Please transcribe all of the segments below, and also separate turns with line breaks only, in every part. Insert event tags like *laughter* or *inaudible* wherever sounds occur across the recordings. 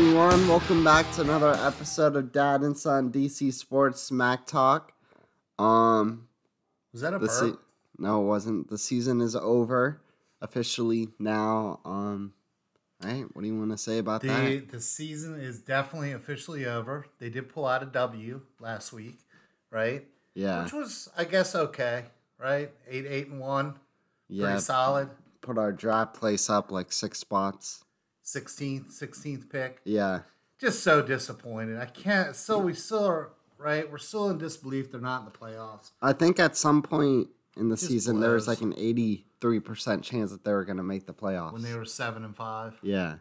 welcome back to another episode of Dad and Son DC Sports Smack Talk. Um,
Was that a
the
burp?
se- no, it wasn't. The season is over officially now. Um, right? What do you want to say about
the
that?
the season is definitely officially over. They did pull out a W last week, right?
Yeah,
Which was, I guess, okay, right? Eight, eight, and one, pretty
yeah.
solid.
Put our draft place up like six spots.
Sixteenth, sixteenth pick.
Yeah,
Just so disappointed. I can't. So we still are right. We're still in disbelief. They're not in the playoffs.
I think at some point in the
Just
season there was
blows.
like an eighty-three percent chance that they were going to make the playoffs.
When they were seven and five,
yeah,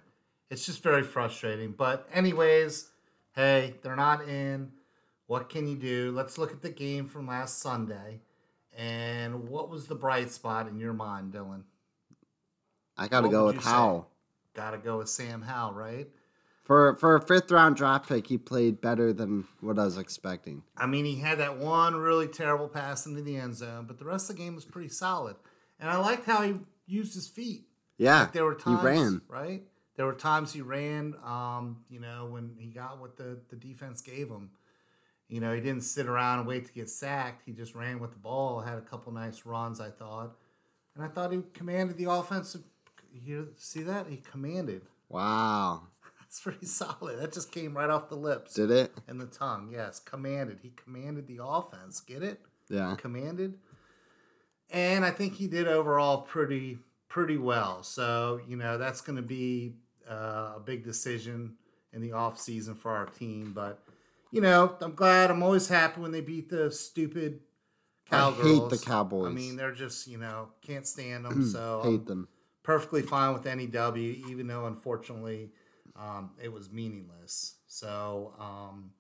it's just very frustrating. But anyways, hey, they're not in. What can you do? Let's look at the game from last Sunday. And what was the bright spot in your mind, Dylan?
I got to
What
go with
would you say?
Howell.
Got to go with Sam Howell, right?
For for a fifth round draft pick, he played better than what I was expecting.
I mean, he had that one really terrible pass into the end zone, but the rest of the game was pretty solid. And I liked how he used his feet.
Yeah,
There were times,
he ran.
right? There were times he ran. Um, you know, when he got what the the defense gave him. You know, he didn't sit around and wait to get sacked. He just ran with the ball. Had a couple nice runs, I thought, and I thought he commanded the offensive. You see that he commanded. *laughs*
Wow,
That's pretty solid. That just came right off the lips
did it?
and the tongue. Yes, commanded. He commanded the offense. Get it?
Yeah,
commanded. And I think he did overall pretty pretty well. So, you know, that's going to be uh, a big decision in the offseason for our team, but you know, I'm glad. I'm always happy when they beat the stupid
I hate
Cowgirls.
the Cowboys. Mm,
I mean, they're just, you know, can't stand them. so, I'm
hate them.
perfectly fine with any W, even though unfortunately um, it was meaningless. So, um,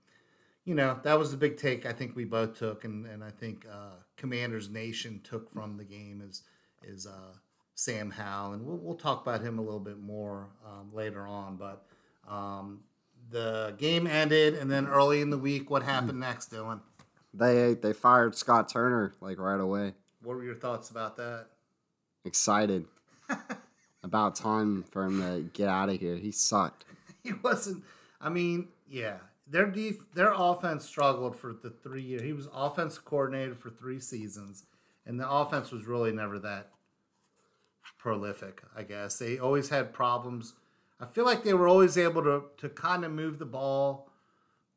you know, that was the big take I think we both took, and, and I think uh, Commander's Nation took from the game is is uh, Sam Howell, and we'll, we'll talk about him a little bit more um, later on. But um, the game ended, and then early in the week, what happened next, Dylan?
They they fired Scott Turner like right away.
What were your thoughts about that? *laughs*
Excited. About time for him to get out of here. He sucked.
*laughs* he wasn't. I mean, yeah, their def- their offense struggled for the three year. He was offense coordinator for three seasons, and the offense was really never that prolific. I guess they always had problems. I feel like they were always able to to kind of move the ball,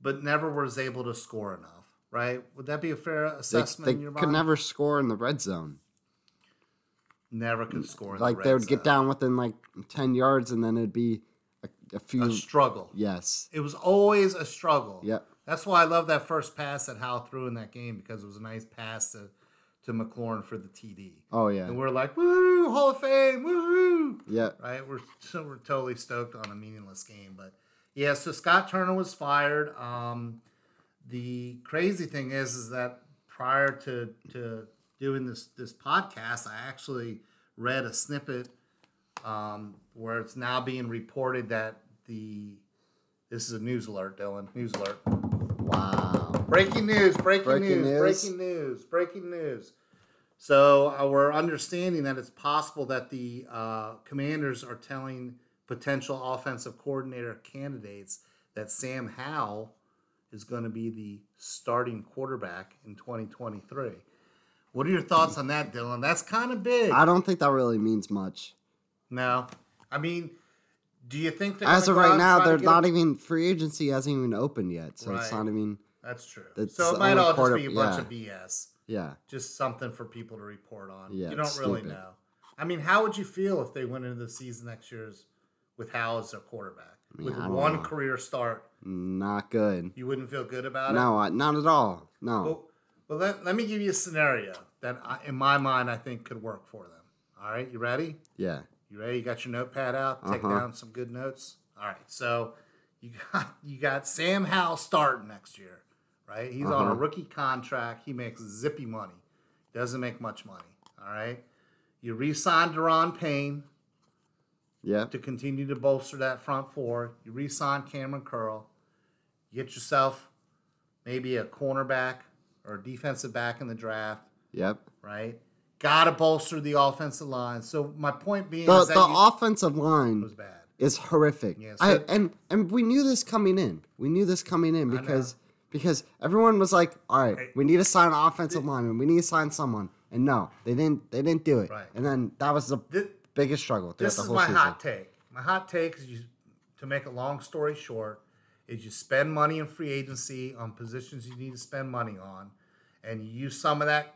but never was able to score enough. Right? Would that be a fair
They,
assessment?
they
in your
could
mind?
never score in the red zone.
never could score. in the
Like they
red
would get
zone.
down within like ten yards, and then it'd be a, a few.
a struggle.
yes.
It was always a struggle.
Yep.
That's why I love that first pass that Hal threw in that game because it was a nice pass to, to McLaurin for the TD.
Oh yeah.
And we're like, woo, Hall of Fame, woo,
Yep.
right? We're so we're totally stoked on a meaningless game, but yeah. So Scott Turner was fired. Um, the crazy thing is, is that prior to to doing this this podcast, I actually read a snippet um, where it's now being reported that the this is a news alert, Dylan. News alert.
Wow.
Breaking news, breaking,
Breaking
news,
news.
breaking news, breaking news. So uh, we're understanding that it's possible that the uh, commanders are telling potential offensive coordinator candidates that Sam Howell is going to be the starting quarterback in 2023. What are your thoughts on that, Dylan? That's kind of big.
I don't think that really means much.
no, I mean, do you think
*laughs*
they're
As
gonna
of
go out
right
and
now,
try to
they're
get
not
a-
even free agency hasn't even opened yet, so it's
Right.
not even
That's true.
That's
so
the
it might
e-, only
all just
quarter-
be a bunch
yeah.
of BS.
yeah.
just something for people to report on.
Yeah,
you don't
it's
really
stupid.
know. I mean, how would you feel if they went into the season next year's with Hal as their quarterback?
mean,
with
I don't
one
know.
career start,
Not good.
you wouldn't feel good about it?
No, I, not at all.
But,
No.
but let, let me give you a scenario that, I, in my mind, I think could work for them. All right, you ready?
Yeah.
You ready? You got your notepad out. Take
Uh-huh.
down some good notes. All right. So you *laughs* got you got Sam Howell starting next year, right? He's on a
Uh-huh.
rookie contract. He makes zippy money. Doesn't make much money. All right. You re-sign Deron Payne
Yeah.
to continue to bolster that front four. You re-sign Cameron Curl. You get yourself maybe a cornerback or a defensive back in the draft,
Yep.
right? Got to bolster the offensive line. So my point being
The
is that
the
you-
offensive line
was bad.
is horrific.
Yeah,
I,
so-
and and we knew this coming in. We knew this coming in because because everyone was like, "All right, we need to sign an offensive lineman. We need to sign someone." And no, they didn't. They didn't do it.
Right.
And then that was the
Thi-
biggest struggle throughout
This
the
is
whole
my
season.
hot take. My hot take is you, to make a long story short, is you spend money in free agency on positions you need to spend money on, and you use some of that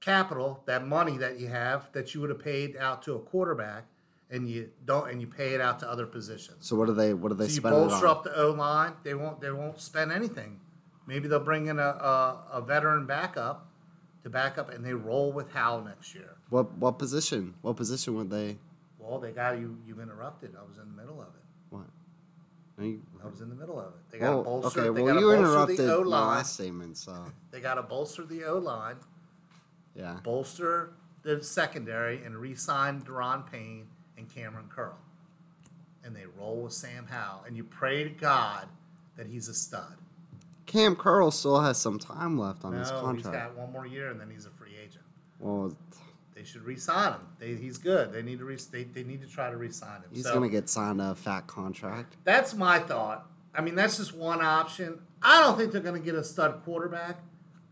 capital, that money that you have that you would have paid out to a quarterback, and you don't, and you pay it out to other positions.
So what do they? What do they
So you
spend it on?
bolster up the O line. They won't. They won't spend anything. Maybe they'll bring in a, a, a veteran backup to back up, and they roll with Howell next year.
What what position? What position would they?
Well, they got you. You interrupted. I was in the middle of it.
What? Are you-
I was in the middle of it. They got to
well,
bolster.
Oh, okay.
they
Well,
gotta
you
bolster
interrupted
the
my
O line.
last statement. So
They got to bolster the O line,
yeah.
bolster the secondary, and re-sign Deron Payne and Cameron Curl. And they roll with Sam Howell, and you pray to God that he's a stud.
Cam Curl still has some time left on
No,
his
he's
contract.
got one more year, and then he's a free agent.
Well,
They should re-sign him. They, he's good. They need to re- they, they need to try to re-sign him.
he's
So-
gonna get signed to a fat contract.
That's my thought. I mean, that's just one option. I don't think they're going to get a stud quarterback.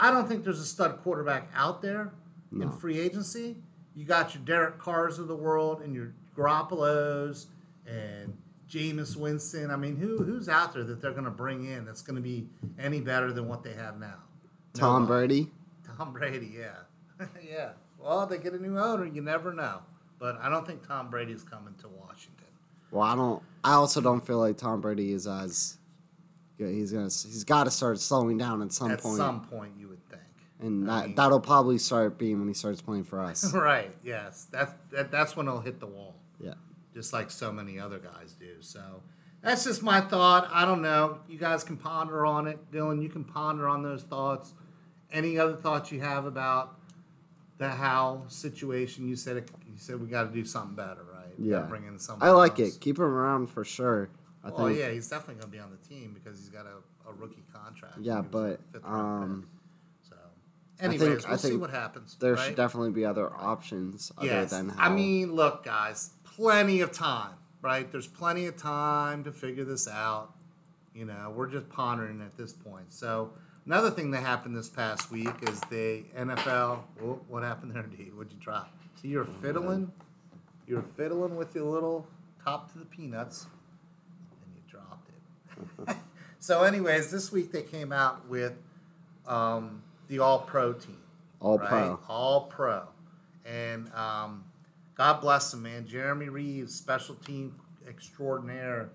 I don't think there's a stud quarterback out there in free agency. You got your Derek Carrs of the world and your Garoppolo's and Jameis Winston. I mean, who who's out there that they're going to bring in that's going to be any better than what they have now?
Tom
Nobody.
Brady.
Tom Brady, yeah. *laughs* yeah. Well, they get a new owner. You never know. But I don't think Tom Brady's coming to Washington.
Well, I don't. I also don't feel like Tom Brady is as. yeah, He's gonna. He's got to start slowing down at some
At
point,
some point, you would think.
and that that'll probably start being when he starts playing for us.
*laughs* Right. Yes. That's that, that's when it'll hit the wall,
yeah.
just like so many other guys do. So that's just my thought. I don't know. You guys can ponder on it, Dylan. You can ponder on those thoughts. Any other thoughts you have about the how situation? You said it, you said we got to do something better, right? We gotta
Yeah.
Bring in someone
I like
else.
it. Keep him around for sure. I
Oh
think.
yeah, he's definitely gonna be on the team because he's got a, a rookie contract.
Yeah,
He was a
but,
fifth round
um,
pick. so
think-
anyways,
I
we'll see
think
what happens.
There
right?
should definitely be other options other
Yes.
than how.
I mean, look, guys, plenty of time, right? There's plenty of time to figure this out. You know, we're just pondering at this point. So, another thing that happened this past week is the NFL. Whoa, what happened there, D? What'd you drop? So,
Oh,
you're fiddling, you're fiddling with your little top to the peanuts, and you dropped
*laughs*
it. so, anyways, this week they came out with um, the All Pro team
all
right?
pro.
All pro. And um, God bless him, man. Jeremy Reeves, special team extraordinaire,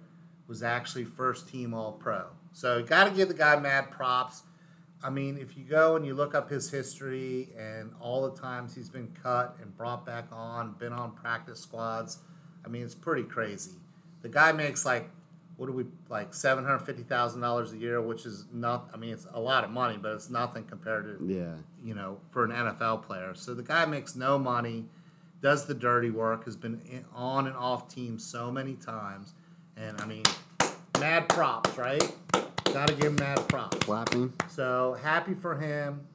was actually first team All Pro. So you got to give the guy mad props. I mean, if you go and you look up his history and all the times he's been cut and brought back on, been on practice squads, I mean, it's pretty crazy. The guy makes like, what do we, like $750,000 a year, which is not, I mean, it's a lot of money, but it's nothing compared to
Yeah.
you know, for an NFL player. So the guy makes no money, does the dirty work, has been in, on and off team so many times, and I mean, mad props, right? Got to give him mad props.
Clapping.
So happy for him.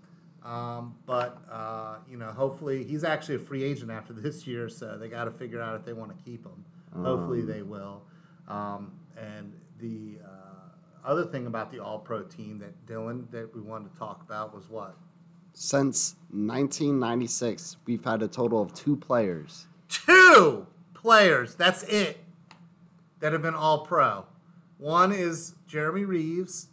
Um, but uh, you know, hopefully he's actually a free agent after this year, so they got to figure out if they want to keep him. hopefully they will. Um, and the uh, other thing about the All-Pro team that Dylan that we wanted to talk about was what
Since 1996, we've had a total of two players.
two players. That's it. That have been all pro. One is Jeremy Reeves,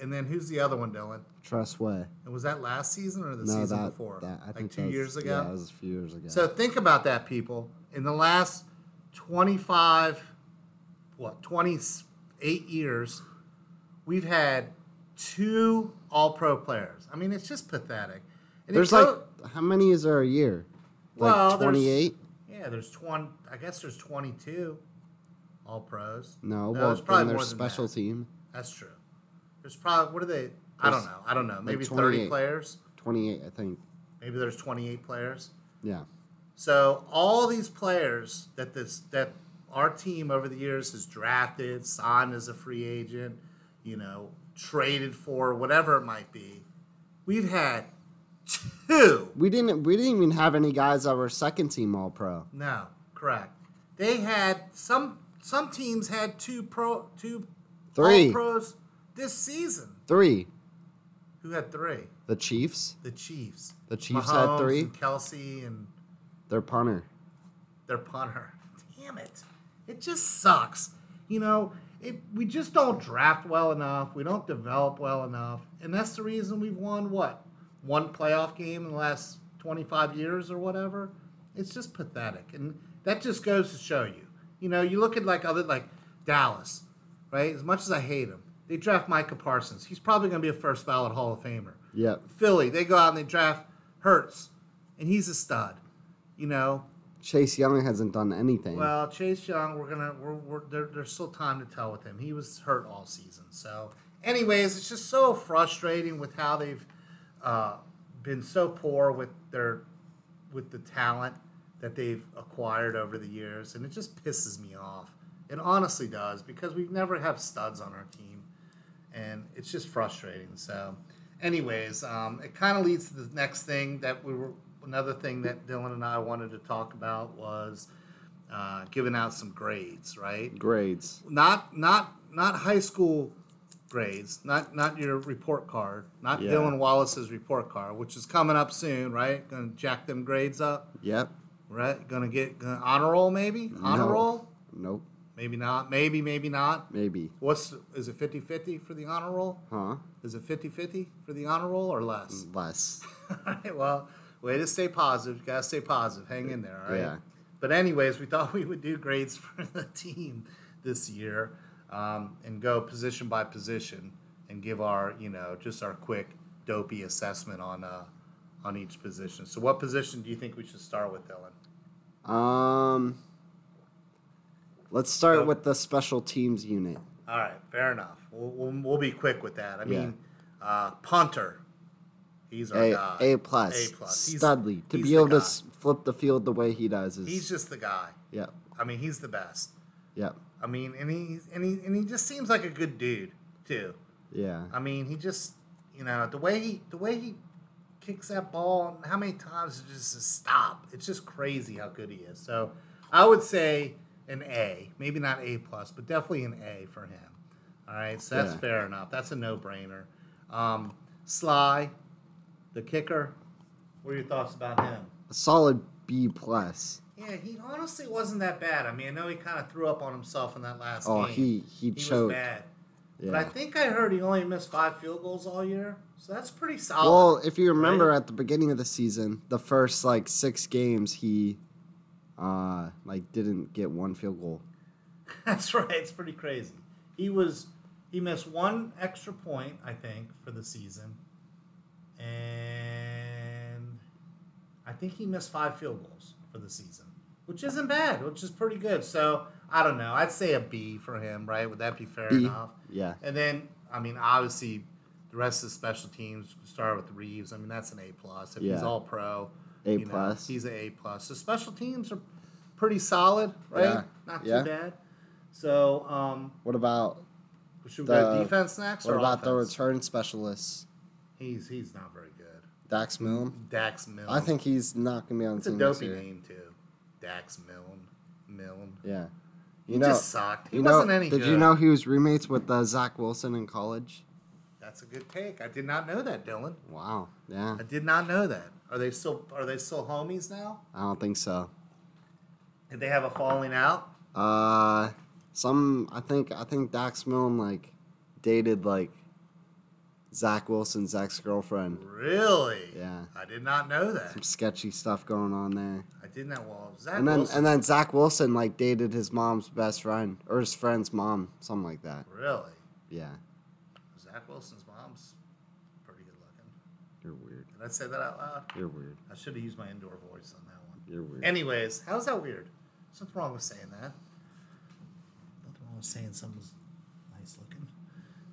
and then who's the other one, Dylan?
Trust what?
And was that last season or the
No,
season
that,
before?
that I
like
think
two
that was-
years ago.
Yeah, that was a few years ago.
So think about that, people. In the last 25, what, 28 years, we've had two All Pro players. I mean, it's just pathetic. And it
There's
go-
like how many is there a year?
Well,
Like
there's-
28.
Yeah, there's 20. I guess there's 22 All Pros.
No, well,
there's
then there's
that.
special team.
That's true. There's probably what are they? I don't
There's
know. I don't know. Maybe 30
28.
players.
28, I think.
Maybe there's 28 players.
Yeah.
So all these players that this that our team over the years has drafted, signed as a free agent, you know, traded for, whatever it might be, we've had two.
We didn't we didn't even have any guys that were second team all pro.
No, correct. They had some some teams had two pro two
Three.
all pros this season.
Three.
Who had three?
The Chiefs.
The Chiefs.
The Chiefs had
Mahomes
three?
And Kelsey and
Their punter.
their punter. *laughs* Damn it! It just sucks. You know, it, we just don't draft well enough. We don't develop well enough, and that's the reason we've won what one playoff game in the last twenty five years or whatever. It's just pathetic, and that just goes to show you. You know, you look at like other like Dallas, right? As much as I hate him, they draft Micah Parsons. He's probably going to be a first ballot Hall of Famer.
Yep.
Philly, they go out and they draft Hurts, and he's a stud. You know,
Chase Young hasn't done anything.
well, Chase Young, we're gonna we're, we're there, there's still time to tell with him. He was hurt all season, so anyways, it's just so frustrating with how they've uh, been so poor with their with the talent that they've acquired over the years, and it just pisses me off. It honestly does because we never have studs on our team, and it's just frustrating. So, anyways, um, it kind of leads to the next thing that we were another thing that Dylan and I wanted to talk about was uh, giving out some grades, right?
Grades.
Not not not high school grades, not not your report card, not
Yeah.
Dylan Wallace's report card, which is coming up soon, right? Going to jack them grades up,
Yep.
right? Going to get gonna, honor roll maybe, honor
No.
roll,
Nope.
maybe not, maybe maybe not.
Maybe.
What's is it 50-50 for the honor roll?
Huh?
Is it 50-50 for the honor roll or less?
Less.
*laughs* all right, well, way to stay positive. You gotta stay positive. Hang in there, all right?
Yeah.
But anyways, we thought *laughs* we would do grades for the team this year, um, and go position by position and give our, you know, just our quick dopey assessment on uh, on each position. So, what position do you think we should start with, Dylan?
Um. Let's start
Nope.
with the special teams unit.
All right, fair enough. We'll, we'll, we'll be quick with that. I
Yeah.
mean, uh, punter. He's our
A,
guy.
a plus.
A plus. He's-
Studley. To
he's
be
the
able to
guy.
s- flip the field the way he does is.
He's just the guy.
yep.
I mean, he's the best.
Yep.
I mean, and he and he and he just seems like a good dude too.
Yeah.
I mean, he just you know the way he the way he kicks that ball and how many times it just says stop. It's just crazy how good he is. So I would say an A, maybe not A plus, but definitely an A for him. All right, so that's
Yeah.
fair enough. That's a no brainer. Um, Sly, the kicker. What are your thoughts about him?
A solid B plus.
Yeah, he honestly wasn't that bad. I mean, I know he kind of threw up on himself in that last
Oh,
game.
he he
He was
choked.
bad. But I
Yeah.
think I heard he only missed five field goals all year, so that's pretty solid.
Well, if you remember at the beginning of the season, the first like six games, he, uh, like didn't get one field goal.
*laughs* that's right. It's pretty crazy. He was he missed one extra point, I think, for the season, and I think he missed five field goals for the season, which isn't bad, which is pretty good. So I don't know. I'd say a B for him, right? Would that be fair
B.
enough?
Yeah.
And then, I mean, obviously, the rest of the special teams start with Reeves. I mean, that's an A plus. If he's
Yeah.
all pro,
A
you know,
plus.
he's an A plus. So special teams are pretty solid, right?
Yeah.
Not
Yeah.
too bad. So, um,
What about
should we go
The-
to defense next
what
or
about the
offense?
return specialists,
He's he's not very good.
Dax Milne?
Dax Milne.
I think he's not gonna be on the
it's a
team this
dopey
year.
name too. Dax Milne. Milne.
Yeah. You
He
know.
just sucked. He
You know.
wasn't any
Did
good.
you know he was roommates with uh, Zach Wilson in college?
That's a good take. I did not know that, Dylan.
Wow. Yeah.
I did not know that. Are they still are they still homies now?
I don't think so.
Did they have a falling out?
Uh, some I think I think Dax Milne like dated like Zach Wilson, Zach's girlfriend.
Really?
Yeah.
I did not know that.
Some sketchy stuff going on there.
I did not. Well, Zach
And then
Wilson.
and then Zach Wilson like dated his mom's best friend or his friend's mom, something like that.
really,
Yeah,
Zach Wilson's mom's pretty good looking.
you're weird.
Did I say that out loud?
You're weird.
I should have used my indoor voice on that one.
You're weird.
Anyways, how's that weird? There's nothing wrong with saying that. Nothing wrong with saying someone's nice looking.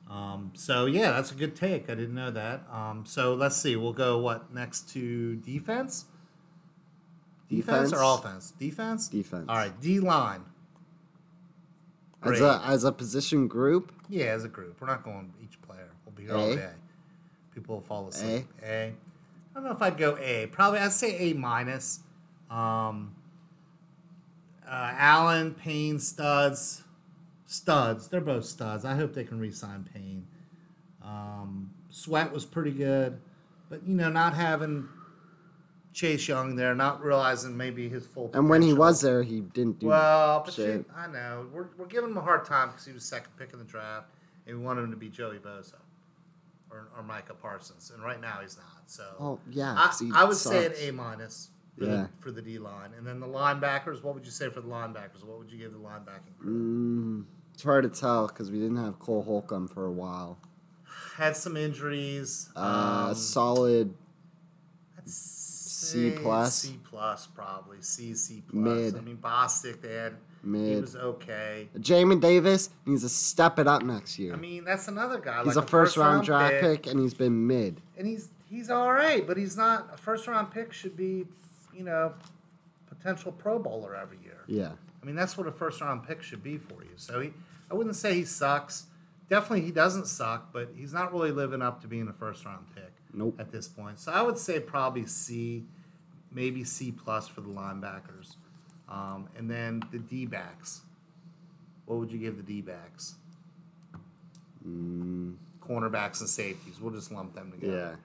Um, so yeah, that's a good take. I didn't know that. Um, so let's see. We'll go what next to defense. Defense, or offense? Defense.
Defense.
All right, D line.
As a as a position group,
Yeah, as a group. We're not going each player. We'll be here
A?
all day. People will fall asleep.
Eh?
A. I don't know if I'd go A. Probably I'd say A minus. Um, uh, Allen, Payne, Studs, Studs. They're both studs. I hope they can re-sign Payne. Um, Sweat was pretty good, but you know, not having Chase Young there, not realizing maybe his full.
And when he
potential.
was there, he didn't do
Well, but
shit.
you, I know we're, we're giving him a hard time because he was second pick in the draft, and we wanted him to be Joey Bosa or, or Micah Parsons, and right now he's not. So
Oh yeah,
I,
'cause he
I would say
sucks.
an A minus for,
Yeah.
the, for the D line, and then the linebackers. What would you say for the linebackers? What would you give the linebacking?
Mm,
Crew?
it's hard to tell because we didn't have Cole Holcomb for a while.
Had some injuries.
Mm. Uh,
um,
solid
I'd
C
say
plus?
C plus probably C C plus.
Mid.
I mean Bostic, they had he
mid.
was okay.
Jamin Davis needs to step it up next year.
I mean that's another guy.
he's
like
a first round draft
pick.
pick, and he's been mid.
and he's he's all right, but he's not a first round pick. Should be, you know, potential Pro Bowler every year.
Yeah,
I mean, that's what a first round pick should be for you. So he, I wouldn't say he sucks. Definitely, he doesn't suck, but he's not really living up to being a first round pick
Nope.
at this point. So I would say probably C, maybe C plus for the linebackers, um, and then the D backs. What would you give the D backs? Cornerbacks and safeties. We'll just lump them
Mm. yeah.
together.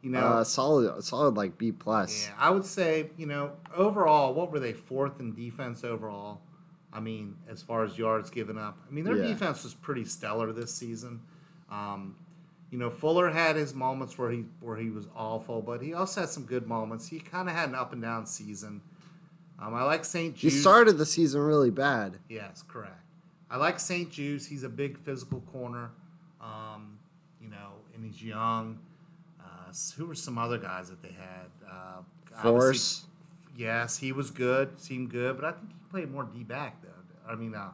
You know,
Uh, solid, solid like B plus.
yeah, I would say, you know, overall, what were they fourth in defense overall? I mean, as far as yards given up, I mean, their
Yeah.
defense was pretty stellar this season. Um, you know, Fuller had his moments where he where he was awful, but he also had some good moments. He kind of had an up and down season. Um, I like St.
He
Jude.
started the season really bad.
Yes, correct. I like St. Jude's. He's a big physical corner, um, you know, and he's young. Uh, s- who were some other guys that they had? Uh, obviously-
Force.
Yes, he was good, seemed good, but I think he played more D back though. I mean, uh,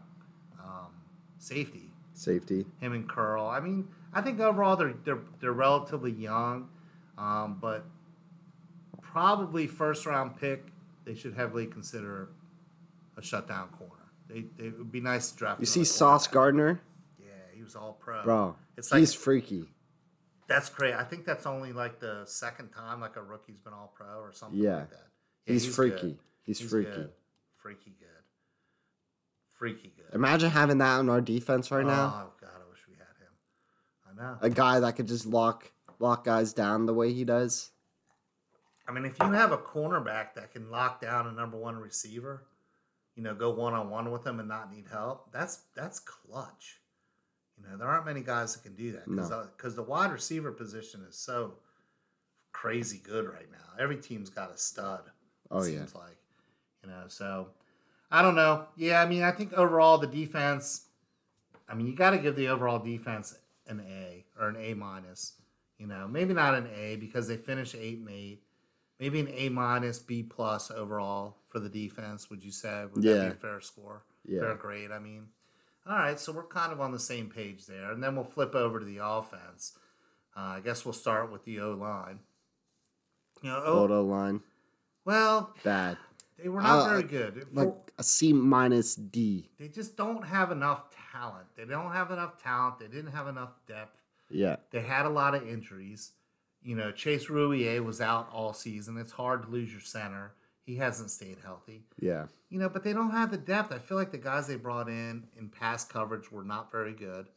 um, safety.
Safety.
Him and Curl. I mean, I think overall they're they're they're relatively young, um, but probably first round pick. They should heavily consider a shutdown corner. They, they it would be nice to draft.
You
another
see Sauce
cornerback.
Gardner,
Yeah, he was all pro,
bro.
It's like
he's freaky.
that's great. I think that's only like the second time like a rookie's been all pro or something
Yeah.
like that. Yeah,
He's,
good.
freaky. He's,
He's
freaky.
good. Freaky good. Freaky good.
Imagine having that on our defense right now.
Oh god, I wish we had him. I know.
A guy that could just lock lock guys down the way he does.
I mean, if you have a cornerback that can lock down a number one receiver, you know, go one on one with them and not need help, that's that's clutch. You know, there aren't many guys that can do that because
No.
the wide receiver position is so crazy good right now. Every team's got a stud.
Oh
it
yeah.
seems like you know. So I don't know. Yeah, I mean, I think overall the defense. I mean, you got to give the overall defense an A or an A minus. You know, maybe not an A because they finished eight and eight. Maybe an A minus, B plus overall for the defense. Would you say? Would that
Yeah.
be a fair score?
Yeah.
Fair grade. I mean, all right. So we're kind of on the same page there, and then we'll flip over to the offense. Uh, I guess we'll start with the O line. You know,
Oh.
o,
line.
well,
Bad.
they were not
Uh,
very good. For-
Like a C minus D.
they just don't have enough talent. They don't have enough talent. They didn't have enough depth.
Yeah.
They had a lot of injuries. You know, Chase Rouillet was out all season. It's hard to lose your center. He hasn't stayed healthy.
Yeah.
You know, but they don't have the depth. I feel like the guys they brought in in pass coverage were not very good.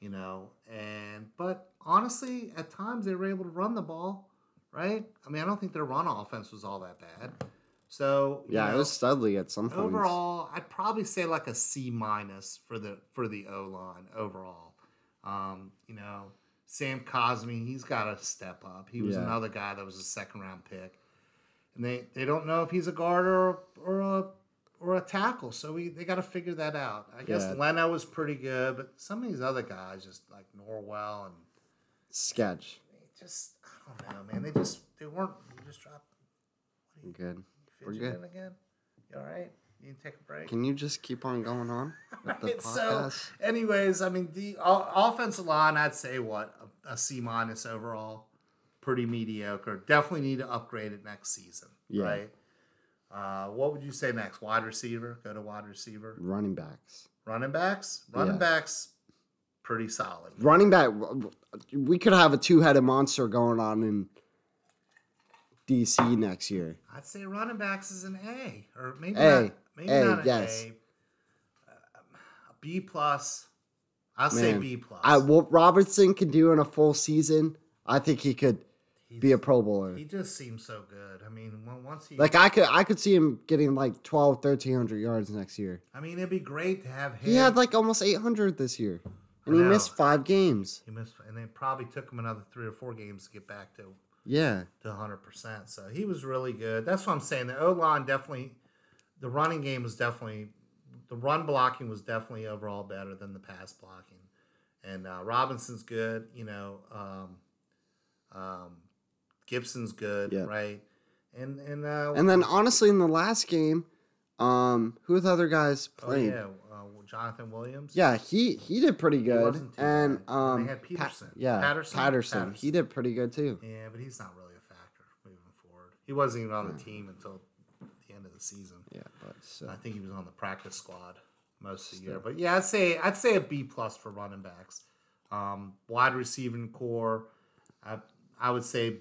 You know, and but honestly, at times they were able to run the ball, right? I mean, I don't think their run offense was all that bad. So you
Yeah, it
know-
was studly at some point.
overall i'd probably say like a c minus for the for the o line overall um you know sam cosme he's got to step up he was
Yeah.
another guy that was a second round pick and they they don't know if he's a guard or or a or a tackle so we they got to figure that out i guess
Yeah.
leno was pretty good but some of these other guys just like norwell and
sketch.
they just i don't know man they just they weren't they just dropped
Good. We're
fidgeting
good.
again you all right you need to take a break
Can you just keep on going on with
*laughs*
the
Right, so,
podcast?
anyways, I mean, the o- offensive line, I'd say what a, a C minus overall, pretty mediocre. Definitely need to upgrade it next season,
Yeah.
right? Uh, what would you say next? Wide receiver, go to wide receiver.
Running backs.
Running backs, running
Yeah.
backs, pretty solid.
Running back. We could have a two-headed monster going on in DC next year.
I'd say running backs is an A, or maybe
A.
not, maybe
A,
not an
yes.
A. Um, B plus. I'll say
Man,
B plus.
I what Robertson can do in a full season, I think he could be a Pro Bowler.
he just seems so good. I mean, on- once he,
Like I could I could see him getting like 12 1300 yards next year.
I mean, it'd be great to have him.
He had like almost 800 this year and
I
he
know.
missed 5 games.
he missed, and it probably took him another three or four games to get back to
Yeah.
to 100. percent So he was really good. That's what I'm saying. The O line definitely, the running game was definitely, the run blocking was definitely overall better than the pass blocking. And uh, Robinson's good. You know, um, um, Gibson's good,
Yeah.
right? And and uh,
And then honestly in the last game, um who were the other guys
oh
playing?
yeah, uh, Jonathan Williams.
Yeah, he he did pretty good,
wasn't too
and
bad.
um,
They had
Pa-
Peterson.
yeah,
Patterson?
Patterson,
Patterson.
he did pretty good too.
Yeah, but he's not really a factor moving forward. He wasn't even
Hmm.
on the team until the end of the season.
Yeah, but so
I think he was on the practice squad most of the year. But yeah, I'd say I'd say a B plus for running backs. Um, wide receiving core, I I would say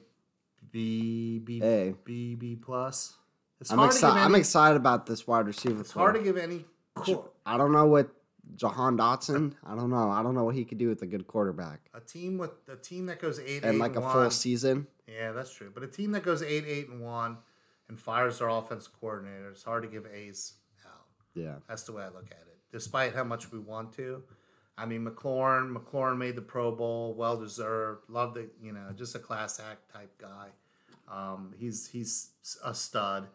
B B
A.
B B plus. It's
I'm
hard to
excited.
give
I'm
any,
excited about this wide receiver.
it's hard to give any core.
I don't know what Jahan Dotson. I don't know. I don't know what he could do with a good quarterback
a team with a team that goes eight
and
eight,
like a
and
full
one.
season.
Yeah, that's true. But a team that goes eight eight and one and fires their offense coordinator, it's hard to give A's out.
Yeah,
That's the way I look at it. Despite how much we want to, I mean McLaurin. McLaurin made the Pro Bowl, well deserved. Love the you know just a class act type guy. Um, he's he's a stud.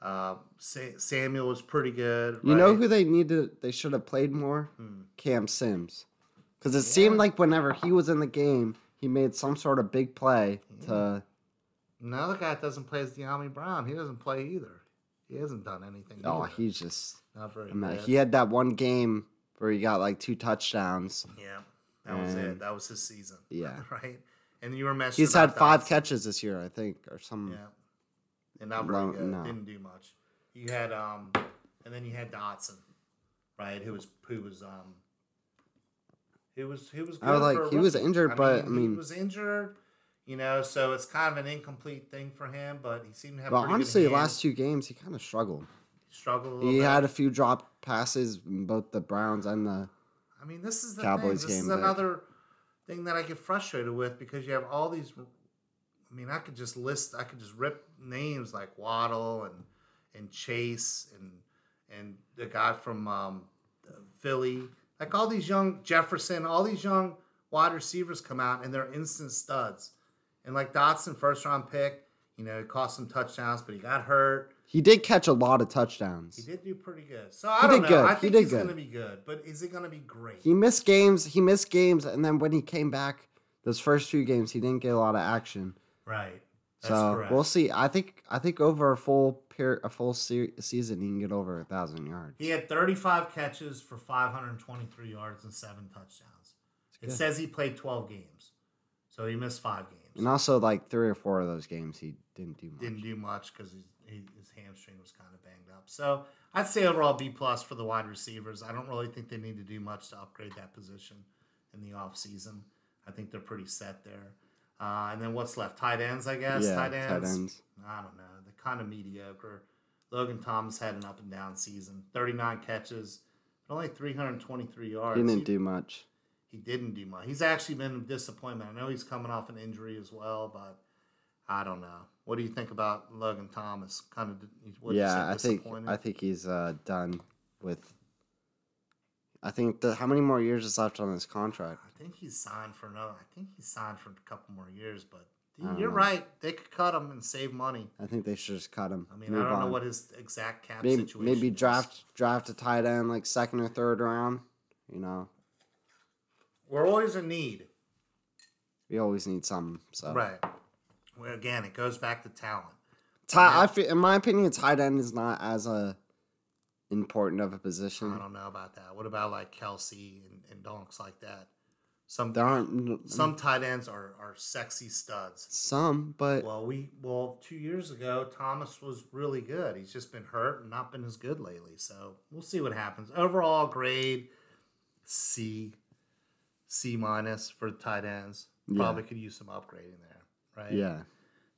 Uh, Sa- Samuel was pretty good.
you know
right? Hmm.
who they needed. They should have played more. Cam Sims, because it seemed like whenever he was in the game, he made some sort of big play
Hmm.
to.
another guy that doesn't play is Deami Brown. He doesn't play either. He hasn't done anything.
Oh,
either.
he's just.
not very
I'm not-
good.
He had that one game where he got like two touchdowns.
Yeah, that was it.
And-
That was his season.
Yeah.
*laughs* right. And you were mentioning
He's had
about
five
Dotson.
catches this year, I think, or some.
Yeah, and not very
No,
good.
no.
Didn't do much. You had um, and then you had Dotson, right? Who was who was um, who was who was good.
I was Oh, like,
for a
he was
rookie.
injured, but, I
he
mean-
was injured. You know, so it's kind of an incomplete thing for him, but he seemed to have.
But
pretty good
honestly, the
hands.
last two games he kind of struggled.
struggled a little
He
bit.
had a few drop passes in both the Browns and the.
I mean, this is the
Cowboys
thing. This
game,
is
but-
another thing that I get frustrated with because you have all these. I mean, I could just list. I could just rip names like Waddle and and Chase and and the guy from um, Philly. Like all these young Jefferson, all these young wide receivers come out and they're instant studs. And like Dotson, first round pick, you know, it cost him touchdowns, but he got hurt.
He did catch a lot of touchdowns.
He
He,
did do pretty good. So I don't
did
know.
good.
I
He
think
did
he's
good.
going to be good, but is it going to be great?
missed games. He missed games, and then when he came back, those first two games he didn't get a lot of action.
right.
so we'll see. I think I think over a full period, a full se- season, he can get over a thousand yards.
He had 35 catches for 523 yards and seven touchdowns. It
good.
says he played 12 games, so he missed five games.
And also, like three or four of those games, he didn't do much.
Didn't do much because he, his hamstring was kind of banged up. So I'd say overall B plus for the wide receivers. I don't really think they need to do much to upgrade that position in the offseason. I think they're pretty set there. Uh, and then what's left? Tight ends, I guess.
yeah,
tight ends.
Tight ends.
I don't know. They're kind of mediocre. Logan Thomas had an up and down season 39 catches, but only 323 yards.
He didn't
he,
do much.
he didn't do much. He's actually been a disappointment. I know he's coming off an injury as well, but I don't know. What do you think about Logan Thomas? Kind of, what
yeah, I
you say,
think
disappointed?
I think he's uh, done with. I think the, how many more years is left on his contract?
I think he's signed for another. I think he's signed for a couple more years, but
I don't
you're
know.
right. They could cut him and save money.
I think they should just cut him.
I mean,
move
I don't know
on.
what his exact cap
maybe
situation
maybe
is.
draft draft a tight end like second or third round. You know,
We're always in need.
we always need something. So
Right. Well, again, it goes back to talent.
Ti- I feel, in my opinion, tight end is not as a important of a position.
I don't know about that. What about like Kelsey and, and donks like that? Some
There aren't some,
some tight ends are, are sexy studs.
some but
Well, we well two years ago Thomas was really good. He's just been hurt and not been as good lately. So we'll see what happens. Overall grade C, C minus for tight ends.
Yeah.
Probably could use some upgrading there, right?
yeah,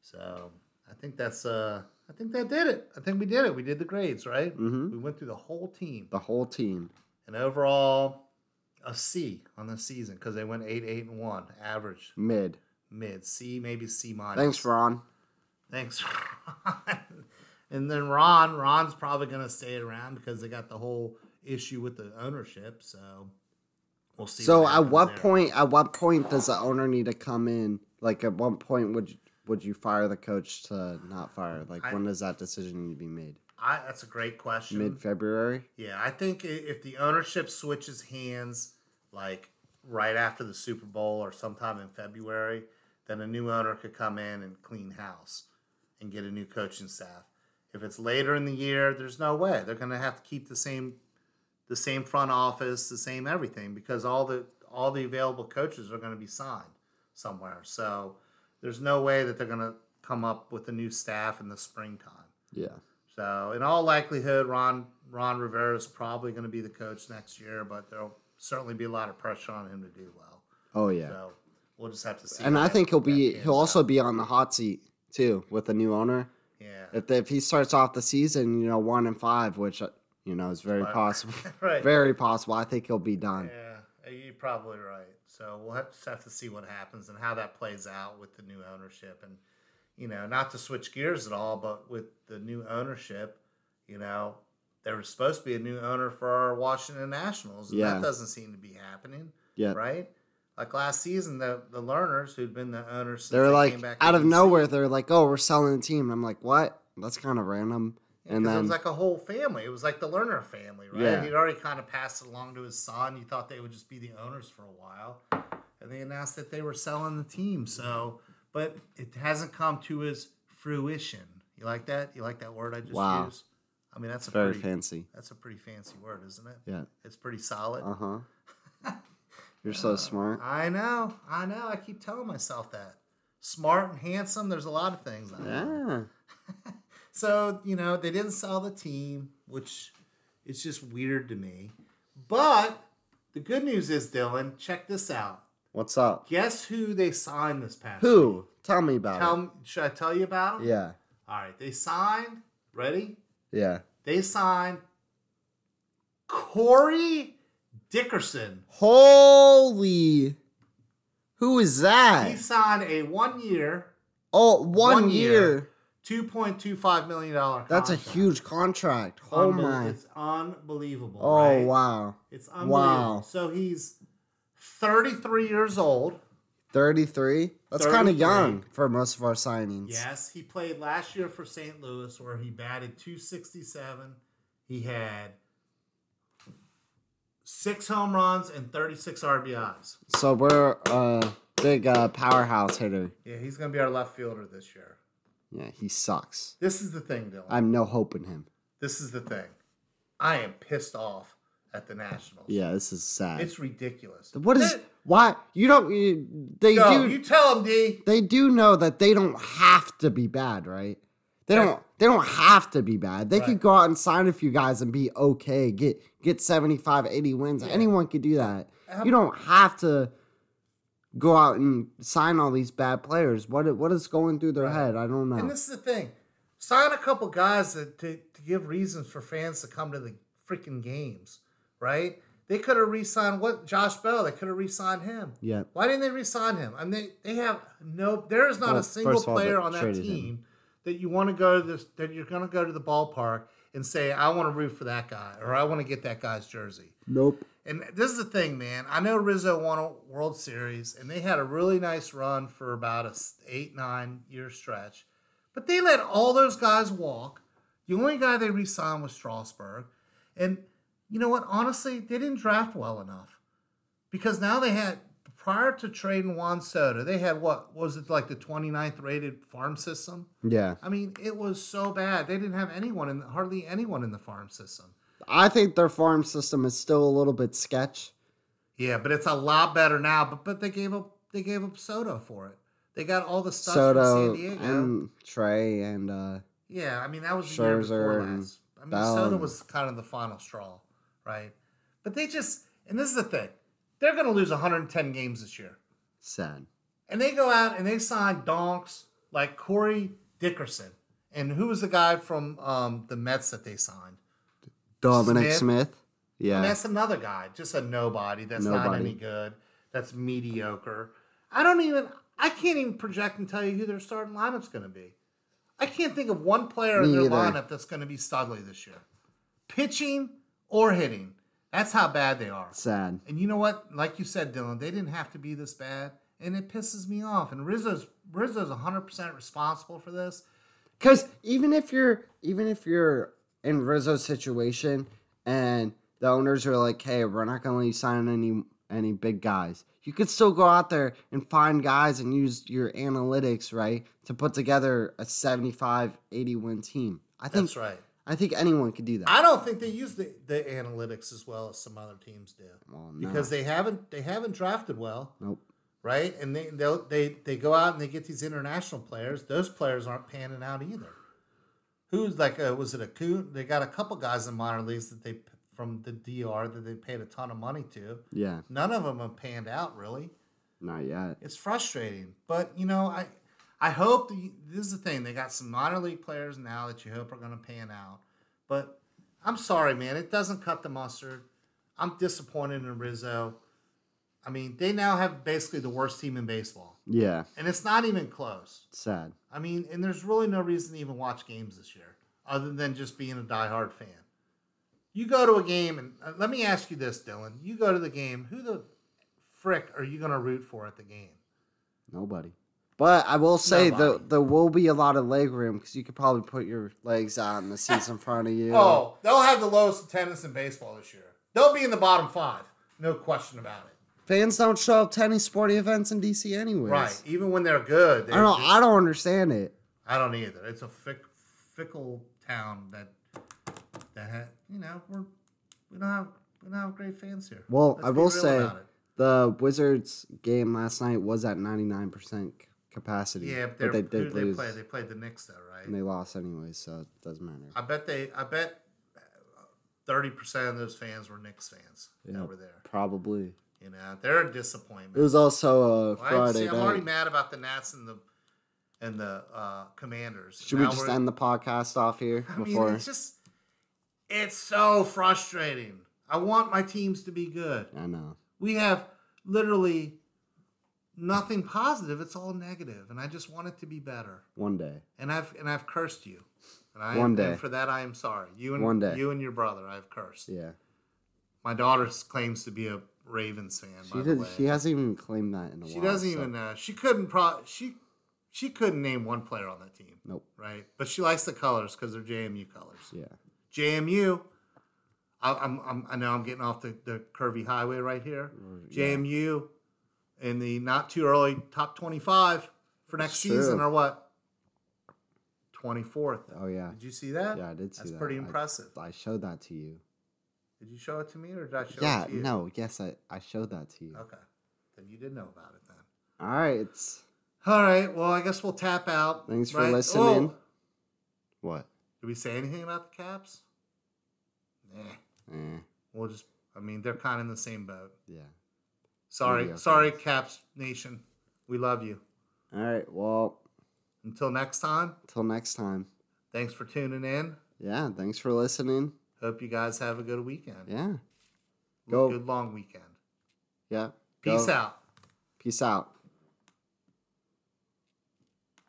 So I I think that's uh I think that did it. I think we did it. We did the grades, right? Mm-hmm.
Hmm?
We went through the whole team.
The whole team.
And overall a C on the season because they went eight, eight, and one, average,
Mid.
mid, C, maybe C minus.
Thanks, Ron.
Thanks, *laughs* Ron. and then Ron, Ron's probably gonna stay around because they got the whole issue with the ownership. So we'll see.
So at
happens
what
there.
point at what point does the owner need to come in? Like at what point would you, would you fire the coach to not fire? Like
I-
when does that decision need to be made?
I, that's a great question.
Mid February?
Yeah, I think i- if the ownership switches hands like right after the Super Bowl or sometime in February, then a new owner could come in and clean house and get a new coaching staff. If it's later in the year, there's no way. They're going to have to keep the same the same front office, the same everything because all the all the available coaches are going to be signed somewhere. So there's no way that they're going to come up with a new staff in the springtime.
Yeah.
So in all likelihood, Ron Ron Rivera is probably going to be the coach next year, but there'll certainly be a lot of pressure on him to do well.
Oh yeah.
So we'll just have to see.
and
how
I
that-
think he'll
that
be
pans
he'll also
out.
be on the hot seat too with the new owner.
yeah
If, if he starts off the season, you know, one and five, which uh, you know is very
Right. *laughs*
possible,
*laughs*
*laughs*
right
very possible. I think he'll be done.
yeah you're probably right. So we'll have, just have to see what happens and how that plays out with the new ownership and you know not to switch gears at all, but with the new ownership, you know there was supposed to be a new owner for our Washington Nationals, and
Yeah.
that doesn't seem to be happening.
Yeah,
right? Like last season, the the learners who'd been the owners since
they were
came
like
back
out of
to DC,
nowhere. They're like, "Oh, we're selling the team." I'm like, "What? That's kind of random." And
'cause it
then
was like a whole family. It was like the learner family, right?
Yeah.
He'd already kind of passed it along to his son. You thought they would just be the owners for a while, and they announced that they were selling the team. So, but it hasn't come to its fruition. You like that? You like that word I just
Wow.
used? I mean, that's a
very
pretty
fancy.
that's a pretty fancy word, isn't it?
Yeah.
It's pretty solid.
Uh huh.
*laughs*
You're
Uh,
so smart.
I know, I know. I keep telling myself that. Smart and handsome. There's a lot of things. I am.
Yeah.
So, you know, they didn't sell the team, which is just weird to me. But the good news is, Dylan, check this out.
What's up?
Guess who they signed this past week?
Who? Tell me about
Tell, should I tell you about
it.
them?
Yeah.
All right. They signed, ready?
Yeah.
They signed Corey Dickerson.
Holy. Who is
He
that?
signed a one year,
Oh, one
one year.
year.
$2.25 million contract.
That's a huge contract. Oh
Unbel-
my.
It's unbelievable.
Oh
right?
wow.
It's unbelievable.
Wow.
So he's 33 years old.
33? That's kind of
33.
young for most of our signings.
Yes, he played last year for St. Louis where he batted 267. He had six home runs and 36 RBIs.
So we're a big uh, powerhouse hitter.
Yeah, he's going to be our left fielder this year.
Yeah, he sucks.
This is the thing, Dylan.
I have no hope in him.
this is the thing. I am pissed off at the Nationals.
Yeah, this is sad.
It's ridiculous.
what is
They-
why you don't you, they
Go,
do
you tell him, D.
they do know that they don't have to be bad, right? They don't they don't have to be bad. They could
Right.
go out and sign a few guys and be okay, get get 75, 80 wins. Anyone could do that. You don't have to go out and sign all these bad players. What what is going through their head? I don't know.
And this is the thing. Sign a couple guys that, to, to give reasons for fans to come to the freaking games, right? They could have re-signed what Josh Bell. They could have re-signed him.
yeah.
Why didn't they re-sign him? I mean, they, they have no. There is not
Well,
a single
first of all, they
player on that
traded him.
team that you want to go to this. That you're going to go to the ballpark and say, "I want to root for that guy," or "I want to get that guy's jersey."
Nope.
And this is the thing, man. I know Rizzo won a World Series, and they had a really nice run for about a s- eight nine year stretch, but they let all those guys walk. The only guy they re-signed was Strasburg, and you know what? Honestly, they didn't draft well enough because now they had prior to trading Juan Soto, they had what was it like the 29th rated farm system?
Yeah.
I mean, it was so bad. They didn't have anyone in hardly anyone in the farm system.
I think their farm system is still a little bit sketch.
Yeah, but it's a lot better now. But but they gave up they gave up Soto for it. They got all the stuff
Soto
from San Diego.
and Trey and uh
yeah, I mean that was the year before
Scherzer and
last. I mean
Bell
Soto
and-
was kind of the final straw, right? But they just and this is the thing, they're going to lose 110 games this year,
sad.
and they go out and they sign donks like Corey Dickerson. And who was the guy from um, the Mets that they signed?
Dominic
Smith.
Smith. Yeah.
And that's another guy, just a nobody. That's not
Nobody.
any good. That's mediocre. I don't even. I can't even project and tell you who their starting lineup's going to be. I can't think of one player in
Me
their
either.
lineup that's going to be studly this year, pitching or hitting. That's how bad they are.
Sad.
And you know what? Like you said, Dylan, they didn't have to be this bad, and it pisses me off. And Rizzo's Rizzo's 100% responsible for this.
Because even if you're even if you're in Rizzo's situation and the owners are like, hey, we're not gonna let you sign any any big guys, you could still go out there and find guys and use your analytics, right, to put together a 75, 80 win team. I think
That's right.
I think anyone could do that.
I don't think they use the, the analytics as well as some other teams do
Well, no.
because they haven't they haven't drafted well,
nope.
right? And they they'll- they they go out and they get these international players. Those players aren't panning out either. Who's like a, was it a coup? They got a couple guys in minor leagues that they from the DR that they paid a ton of money to.
Yeah,
None of them have panned out really.
not yet.
It's frustrating, but you know, I I hope the, this is the thing. They got some minor league players now that you hope are going to pan out. But I'm sorry, man, it doesn't cut the mustard. I'm disappointed in Rizzo. I mean, they now have basically the worst team in baseball,
Yeah,
and it's not even close.
sad.
I mean, and there's really no reason to even watch games this year, other than just being a diehard fan. You go to a game, and uh, let me ask you this, Dylan. You go to the game. Who the frick are you going to root for at the game?
Nobody. But I will say though,
Nobody.
there will be a lot of leg room because you could probably put your legs out and the seats in front of you.
Oh, they'll have the lowest attendance in baseball this year. They'll be in the bottom five, no question about it.
Fans don't show up to any sporting events in DC anyways.
Right, even when they're good,
I don't. I don't understand it.
I don't either. It's a fick, fickle town that that ha- you know we're we don't have we don't have great fans here.
Well,
Let's
I
be
will
real
say
about it.
the Wizards game last night was at ninety nine percent capacity.
yeah, but,
but they
they who
did
did they
lose
play? They played the Knicks though, right?
and they lost anyways, so it doesn't matter.
I bet they. I bet thirty percent of those fans were Knicks fans
Yeah.
that were there.
Probably.
You know, they're a disappointment.
It was also a
Well, I-
Friday
see, I'm already
night.
mad about the Nats and the and the uh, Commanders.
Should we
Now
just
we're-
end the podcast off here
*laughs* I
before?
mean, it's just it's so frustrating. I want my teams to be good.
I know.
We have literally nothing positive. It's all negative, and I just want it to be better.
One day.
And I've and I've cursed you. And I,
One
and
day.
for that, I am sorry. You and
One day.
you and your brother, I've cursed.
Yeah.
My daughter claims to be a Ravens fan.
She
by the
did.
way.
She hasn't even claimed that in a
She
while.
doesn't
so-
even. Uh, she couldn't. Pro- she she couldn't name one player on that team,
Nope.
right? But she likes the colors because they're JMU colors.
Yeah.
JMU. I, I'm, I'm I know I'm getting off the, the curvy highway right here. JMU in the not too early top 25 for next
That's true.
season or what? 24th.
Oh yeah.
Did you see that?
Yeah, I did see
That's
that.
pretty
I-
impressive.
I showed that to you.
Did you show it to me or did I show
yeah.
it to you?
No. Yes, I I showed that to you.
Okay. Then you did know about it then.
All right. It's
All right. Well, I guess we'll tap out.
Thanks for
right? Oh,
listening. what?
Did we say anything about the Caps? Nah.
Eh,
We'll just. I mean, they're kind of in the same boat.
yeah.
Sorry,
Mediocre.
sorry, Caps Nation. We love you.
All right. Well,
Until next time.
till next time.
Thanks for tuning in.
Yeah. Thanks for listening.
Hope you guys have a good weekend.
Yeah. Go.
Good long weekend.
Yeah.
Peace
Go.
out.
Peace out.